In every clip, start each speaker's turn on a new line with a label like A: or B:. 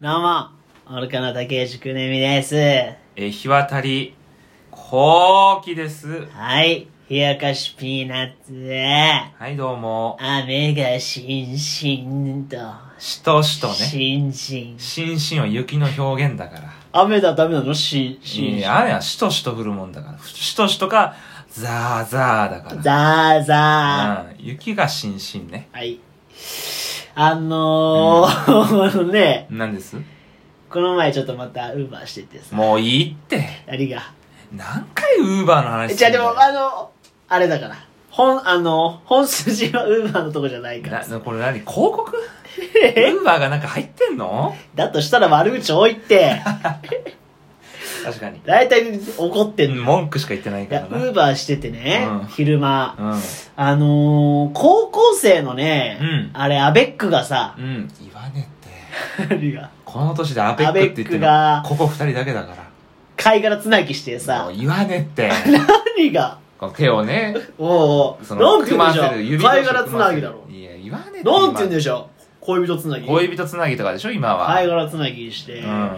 A: どうも、愚かな竹内くねみです。
B: えー、日渡り、後期です。
A: はい、冷やかしピーナッツ。
B: はい、どうも。
A: 雨がしんしんと。
B: しとしとね。
A: しんしん。
B: しんしんは雪の表現だから。
A: 雨だ、ダメなのしんしん。
B: い
A: ザ
B: や、雨はしとしと降るもんだから。しとしとか、ザーザーだから。
A: ーザ
B: うん、雪がしんしんね。
A: ー。はい。あのー、 あのね、
B: なんです
A: この前ちょっとまたウーバーしててさ。
B: もういいって。
A: 何が。
B: 何回ウーバーの話す
A: じゃあ
B: るん
A: で
B: だよ
A: も、あの、あれだから。本、あの、本筋はウーバーのとこじゃないからさ。
B: なこれ何広 告ウーバーがなんか入ってんの
A: だとしたら悪口多いって。
B: 確かに。
A: 大体怒ってんの。
B: 文句しか言ってない
A: い
B: か
A: や
B: ら、
A: ウ
B: な。
A: ーバーしててね、
B: うん
A: 昼間。
B: うん。
A: あのー、高校生のね、
B: うん
A: あれ、アベックがさ
B: う、ん。言わねえって。
A: 何が
B: この年でアベックって言ってるの
A: アベックが
B: ここ二人だけだから
A: 貝殻つなぎして
B: も
A: さ
B: う、言わ ねって
A: 何が
B: この手をね
A: おうおう、
B: そ
A: な
B: の
A: んて言
B: 組
A: うん
B: ま
A: でし
B: せ
A: ょ
B: る
A: う
B: 指
A: 貝
B: 同士
A: 殻つなぎだ
B: 組
A: ろ
B: ま。せるいや言わねって
A: なんて言うんで
B: し
A: しょう恋人つなぎ。
B: 恋人つなぎとかでしょ今は
A: 貝
B: う
A: 殻つなぎして、
B: ん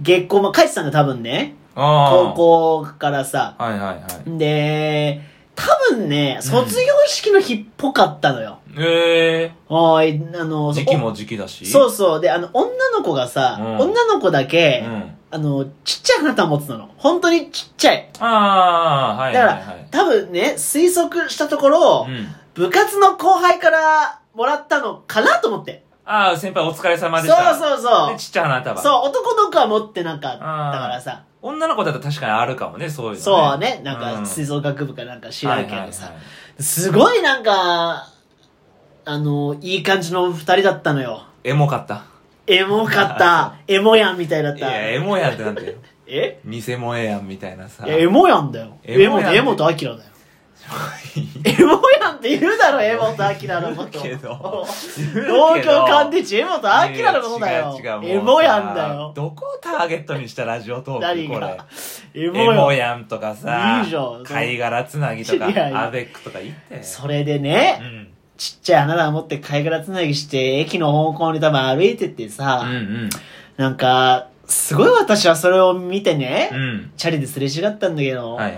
A: 月光、まあ、カイチさんが多分ね、
B: 高
A: 高校からさ、
B: はいはいはい
A: で、多分ね、卒業式の日っぽかったのよ。
B: え
A: おい、あの、
B: ー、時期も時期だし
A: そううそう。で、あの、女の子がさ、
B: うん
A: 女の子だけ、
B: ん
A: あの、ちっちゃい花束持ってたの。本当にちっちゃい。
B: ああはい
A: だ
B: は
A: か
B: い
A: ら、
B: はい
A: 多分ね、推測したところ、
B: うん
A: 部活の後輩からもらったのかなと思って。
B: ああ先輩お疲れ様
A: そう
B: でした
A: そうそう
B: で。ちっちゃい花束
A: そう、男の子は持ってなかったからさ。
B: 女の子だと確かにあるかもねそういうのね
A: そうね、なんか、
B: うん
A: 吹奏楽部かなんか知らんけどさ。
B: はいはいはい
A: すごいなんか、あの、いい感じの二人だったのよ。
B: エモ かった
A: エモか った。エモやんみたいだっ
B: い
A: た。
B: やエモやんってなんてよ
A: え
B: 偽モエやんみたいなさ。
A: いや、エモやんだよ。エ
B: エモ
A: モ
B: や
A: と、
B: ん
A: エモとアキラ だよ。エモやんって言うだろ、エモとアキラのこと。
B: 言うけど
A: 東京乾
B: で
A: 電池、エモとアキラのことだよ。エモやんだよ。
B: どこをターゲットにしたラジオトー
A: 何
B: クこれ
A: が。エ
B: エモ
A: モや
B: やんとかさ、
A: いいじゃん
B: 貝殻つなぎとか、
A: いやいや
B: アベックとか言って。
A: ん。それでね
B: う、ん。
A: ちっちゃい花束持って貝殻つなぎして、駅の方向に多分歩いてって
B: う
A: さ、
B: ん
A: なんか、すごい私はそれを見てね、
B: うん。うん。
A: チャリですれ違ったんだけど、
B: はいはい。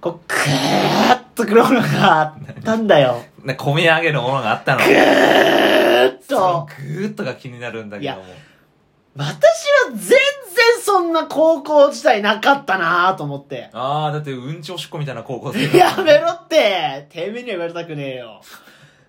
A: こう、クーッと黒のがあったんだ よ。
B: ね、込み上げるものがあったの。
A: えっ
B: そ
A: と
B: の。グーッとが気になるんだけども。
A: 私は全然そんな高校時代なかったなぁと思 って。
B: あー、だってうんちおしっこみたいな高校生。
A: やめろっててめえには言われたくねえよ。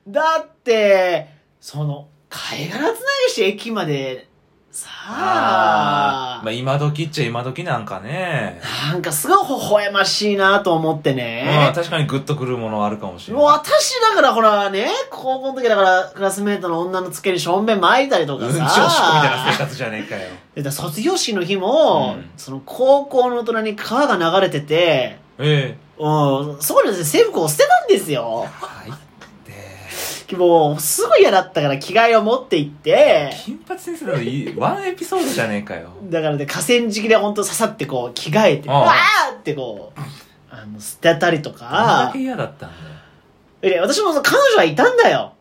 A: だって、その、貝殻つなぎして駅まで、さ
B: あ
A: あ
B: ー。まあ今時っちゃ今時なんかね。
A: なんかすごい微笑ましいなと思って
B: まあ
A: ね。
B: 確かにグッとくるものはあるかもしれない。
A: 私だからほらね、高校の時だからクラスメートの女のつけにしょんべん巻いたりと
B: う
A: か
B: んちおしっこみ
A: さ。
B: たいな生活じゃねえかよ。
A: だから卒業式の日も、
B: うん
A: その高校の大人に川が流れてて、
B: え
A: うん、そこでですね、制服を捨てたんですよ
B: え。。はい。で、
A: もう、すごい嫌だったから着替えを持って行って、
B: 金八先生だといいワンエピソードじゃねえかよ。
A: だからね、河川敷でほんと刺さってこう、着替えて、
B: あ
A: わ
B: あ
A: ーってこう、あの、捨てたりと
B: どんだ
A: か
B: け、嫌だったんだよ。
A: で私もその彼女はいたんだよ。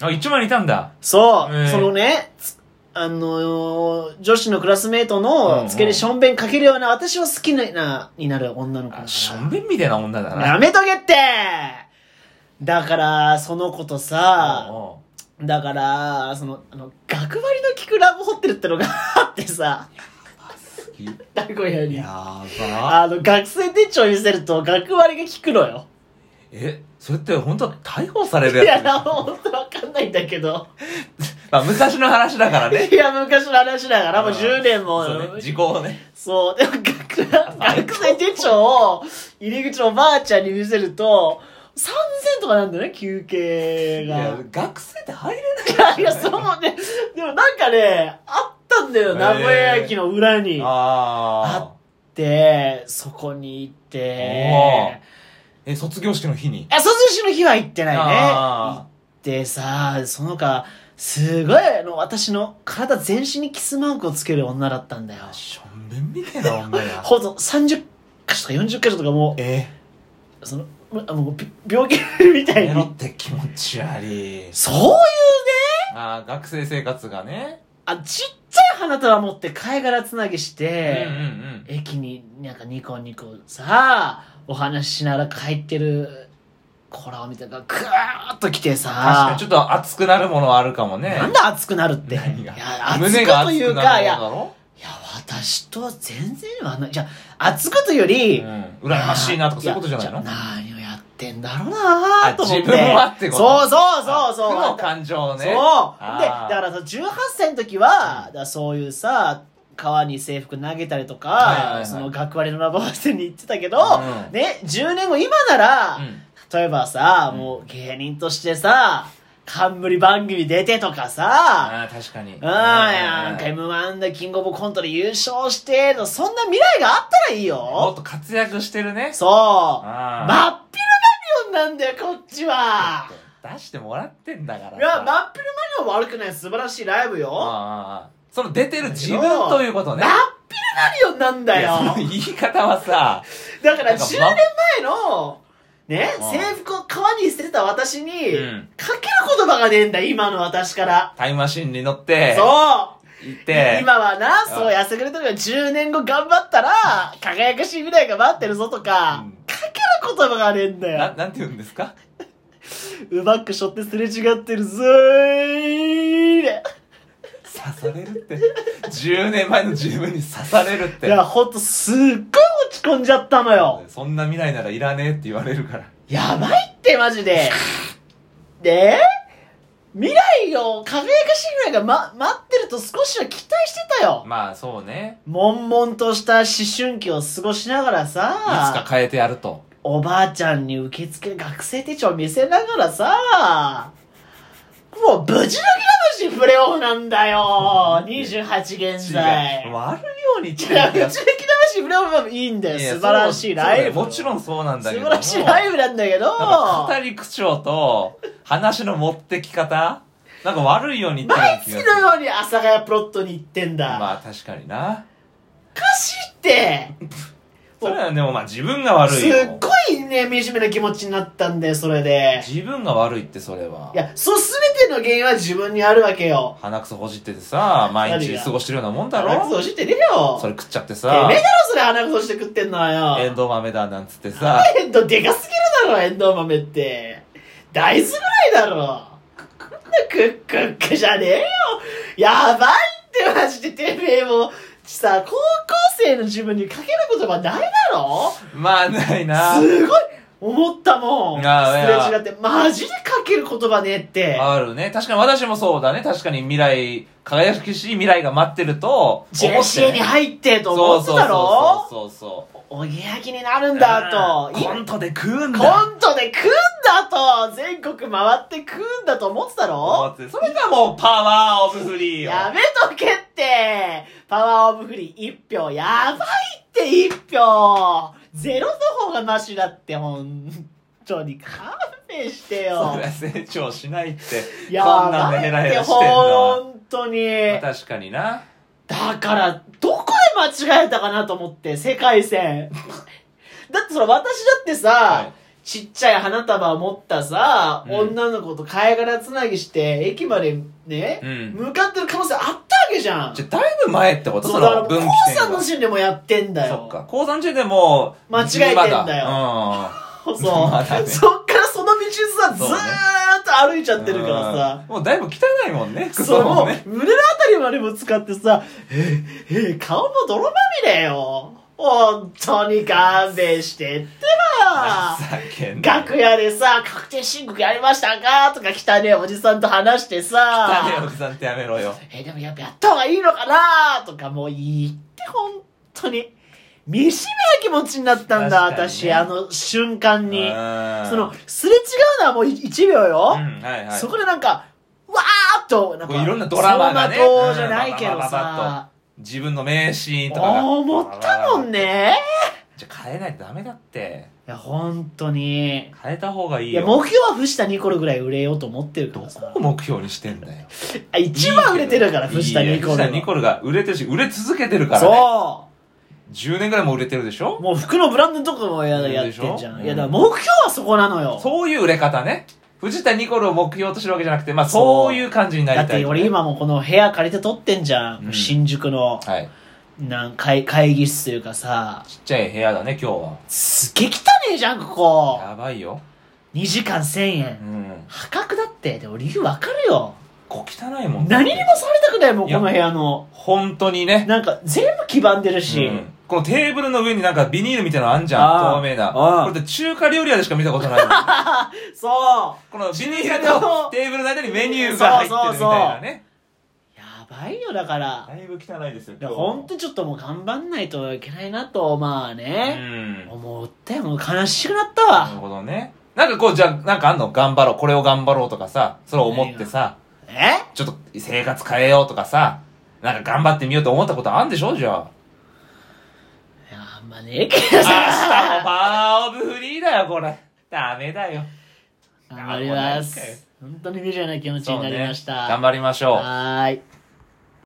B: あ、一万いたんだ。
A: そう、
B: ええ
A: そのね、つあのー女子のクラスメート
B: うんう
A: の
B: ん
A: 付けでしょんべんかけるような私は好きなな、になる女の子だか
B: あ、
A: ら
B: しょんべんみたいな女だ
A: や
B: な。
A: めとけってだから、その子とさ、
B: お
A: だから、その、あの、学割の効くラブホテルってのがあってさ、
B: うおう
A: 名古屋に。
B: やば。
A: あの、学生手帳見せると学割が効くのよ。
B: え、それって本当は逮捕され
A: い
B: るや
A: や、
B: つ
A: ほんとわかんないんだけど。
B: まあ昔の話だからね。
A: いや、昔の話だから、もう10年も。
B: そうね、時効をね。
A: そう、でも学、学生手帳を入り口のおばあちゃんに見せると、3000とかなんだよね、休憩
B: い
A: が。
B: や、学生って入れない
A: いやいや、そうね。でもなんかね、あったんだよ、
B: へー
A: 名古屋駅の裏に。
B: ああ。
A: で、そこに行っ
B: お
A: て
B: ー、え、卒業式の日に。
A: あ、卒業式の日は行ってないね。行
B: あ
A: ってさ、そのか、すごい、あの、私の体全身にキスマークをつける女だったんだよ
B: ー。しょんべんみたい な女や。
A: ほんと、30箇所とか40箇所とかも
B: え
A: う、その、もうあもうび病気みたい
B: エ
A: に。
B: ロって気持ち悪い
A: そういうね、
B: ああ学生生活がね
A: あちっちゃい花束持って貝殻つなぎし
B: うんうん
A: て、
B: うん
A: 駅になんかニコニコさお話ししながら帰ってる子らを見たらグーッと来て
B: 確か
A: さ
B: にちょっと熱くなるものはあるかもね
A: なんだ熱くなるって
B: 何が
A: いや熱
B: 胸
A: く
B: が
A: と
B: 熱
A: い
B: く
A: う
B: なるもの
A: かいや
B: だろ
A: いや私とは全然はないじゃ熱くというより、
B: うん羨ましいなとかそういうことじゃないの
A: や何をやってんだろうなと思って
B: あ自分はってこと
A: そうそうそうそう
B: 負の感情
A: そう
B: ね
A: でだ
B: あー
A: からその18歳の時はだからそういうさ川に制服投げたりとか、
B: はいはいはい
A: その学割のラブホテルに行ってたけど、
B: うん
A: ね10年後今なら、
B: うん
A: 例えばさ、
B: うん
A: もう芸人としてさ冠番組出てとかさ、
B: ああ確かにうん
A: うん、なんか M1 でキングオブコントで優勝して、そんな未来があったらいい
B: もっ
A: よ。
B: と活躍してるね
A: そう。
B: あ
A: 真っ昼マリオンなんだよ、こっちは。
B: あ出してもらってんだから
A: いや、
B: さ
A: 真っ昼マリオン悪くない、素晴らしいライブ
B: あ
A: よ。
B: あああその出てる自分ということね
A: 真っ昼マリオンなんだ
B: いやその
A: よ。
B: 言い方はさ
A: だから
B: なんか
A: 10年
B: ま
A: 前の、ね、
B: う
A: 制
B: ん
A: 服を川に捨ててた私に、
B: うん
A: かける言葉がねえんだ、今の私から。
B: タイムマシンに乗って
A: そう
B: 行って
A: 今はな、そう痩せくれてるから10年後頑張ったら、輝かしい未来が待ってるぞとか、
B: うん
A: かける言葉がねえんだ
B: な
A: よ。
B: なんて言うんですか
A: うまくしょってすれ違ってるぞーい
B: 刺されるって10年前の自分に刺されるっ
A: い
B: て
A: や、ほんとすっごい落ち込んじゃったのよ。
B: そんな未来ならいらねえって言われるから
A: やばいってマジで。で未来を輝かしい未来が、ま、待ってると少しは期待してたよ。
B: まあそうね
A: 悶々とした思春期を過ごしながらさ。
B: いつか変えてやると
A: おばあちゃんに受付学生手帳見せながらさ、もう無事のきラムシプレオフなんだよ !28 現在。
B: 違
A: いう
B: 悪いように言って
A: や、
B: る
A: 無
B: んだ
A: 事
B: よ
A: のきラムシプレオフはいいんだよ。
B: いや
A: 素晴らしい
B: そうそうだ
A: ライ
B: よ
A: ブ。
B: もちろんそうなんだけ
A: 素
B: ど
A: 晴らしいライ
B: ブ
A: ブなんだけど、
B: なんか語り口調と話の持ってき方なんか悪いように言って
A: 毎
B: る気
A: 月
B: がする
A: のように阿佐ヶ谷プロットに行ってんだ。
B: まあ確かにな
A: おかしいって
B: それはでもまあ自分が悪
A: す
B: い
A: っ
B: よ
A: ごいね、惨めな気持ちになったんだよ、それで。
B: 自分が悪いってそれはい
A: や、そうすべての原因は自分にあるわけよ。
B: 鼻くそほじっててさ毎
A: 何
B: 日
A: が
B: 過ごしてるようなもんだ
A: 鼻くそ
B: ろ
A: 教えてねえよ。
B: それ食っちゃって
A: て
B: さ
A: めえだろそれ鼻くそして食ってんのはよ
B: エンドウ豆だなんつってさ
A: エンドでかすぎるだろエンドウ豆って大豆ぐらいだろこんなクックックじゃねえよやばいってマジでてめえもさ高校生の自分にかける言葉ないだろ
B: まあないな
A: すごい思ったもんす
B: ああ
A: れ違ってマジでかける言葉ねえって
B: あるね確かに私もそうだね確かに未来輝かしい未来が待ってると
A: JC に入ってと
B: そ
A: 思
B: う
A: って
B: そう
A: たろ
B: そうそうそうそう
A: おぎやきになるんだと
B: うんコントで食うんだ
A: コントで食うんだと全国回って食うんだと思ってた
B: 思
A: ろ
B: ってそれがもうパワーオブフリーよ
A: やめとけってパワーオブフリー一票やばいって一票ゼロの方がマシだってほんとに勘弁して
B: そ
A: よ
B: りゃ成長しないって
A: や
B: こんな
A: ば
B: の
A: い
B: ヘラ
A: っ
B: ヘ
A: て
B: ラしてん
A: ほ
B: だ
A: んとに
B: まあ確かにな
A: だからどこで間違えたかなと思って世界線 だってそれ私だってさ、
B: はい
A: ちっちゃい花束を持ったさ、
B: うん
A: 女の子と貝殻つなぎして、駅までね、
B: うん
A: 向かってる可能性あったわけじゃん。
B: じゃあだいぶ前ってこと
A: そ
B: そう
A: だから、
B: の
A: 高
B: 分岐
A: 三
B: 点
A: の
B: が
A: シーンでもやってんだよ。
B: そっか 高3中でもう
A: 間違えてんだよ
B: まうん
A: そう。
B: まだね
A: そっからその道さ、ず
B: そ
A: ー
B: うね
A: っと歩いちゃってるからさ。
B: うんもうだいぶ汚いもんね
A: そ
B: 服
A: う、も
B: も
A: う、
B: ね
A: 胸のあたりまでも使ってさ、え、え、顔も泥まみれよ。本当に勘弁してってば。
B: 情けない
A: 楽屋でさ、確定申告やりましたかとか来たね、おじさんと話して
B: だねお
A: さ、
B: じさんってやめろよ
A: え、でもやっぱやった方がいいのかなとかもう言って、本当に。見しめな気持ちになったんだ、
B: 確かにね
A: 私、あの瞬間に。
B: そ
A: その、すれ違うのはもう1秒よ。
B: うんはいはい
A: そこでなんか、わーっと、なん
B: こう
A: か、
B: いろんなドラマがね
A: 走馬灯じゃないけど
B: うんバババババ
A: さ、
B: 自分の名シーンとかが
A: 思ったもんね。
B: じゃあ変えないとダメだって
A: いや、本当に。
B: 変えた方がいい
A: い
B: よ
A: や、目標は藤田ニコルぐらい売れようと思ってるか
B: ど
A: らさ。
B: こを目標にしてんだよ
A: あ一番売れてるから、
B: いいけど
A: 藤田ニコ
B: いい
A: ル
B: よ
A: は。
B: 藤田ニコルが売れてるし売れ続けてるからね
A: そ
B: 10年ぐらいもう売れてるでし
A: う。
B: ょ
A: もう服のブランドとかもや
B: いい
A: や
B: で
A: っ
B: してょ
A: んじゃ
B: うん
A: ん。いや、だから目標はそこなのよ。
B: そういう売れ方ね藤田ニコルを目標としてるわけじゃなくて、まあそういう感じになり
A: だ
B: た
A: っ
B: いとね、
A: て俺今もこの部屋借りて撮ってんじゃん。
B: うん
A: 新宿の、
B: はい。
A: なん会会議室というかさ、
B: ちっちゃい部屋だね、今日
A: すげえ汚ねえじゃん、ここ
B: は。。やばいよ。
A: 2時間1000
B: う
A: 円。
B: ん。
A: 破格だって。でも理由わかるよ。
B: こう汚いもん。
A: 何にもされたくないもん、こ
B: いや
A: の部屋の。
B: 本当にね。
A: なんか全部黄ばんでるし。
B: うんこのテーブルの上になんかビニールみたいなのあんじゃ
A: あー
B: ん。透明な。
A: あー
B: これって中華料理屋でしか見たことない。
A: そ
B: このビニールとテーブルの間にメニューが入ってるみたいなね。
A: う。やばいよ、だから。
B: だいぶ汚いですよ。
A: だから本当にちょっともう頑張んないといけないなと、まあ
B: う
A: ね。
B: ん。
A: 思ったよ、もう悲しくなった
B: なる
A: わ。
B: ほどね。なんかこう、じゃあ、なんかあんの頑張ろう。これを頑張ろうとかさ、それを思ってさ、
A: え
B: ちょっと生活変えようとかさ、なんか頑張ってみようと思ったことあんでしょじゃあ。
A: いや、あんまねえけど
B: 明日も
A: さ。
B: パワーオブフリーだよ、これ。ダメだよ。
A: 頑張ります。本当に見るような気持ちになりました。
B: 頑張りましょう。
A: はーい。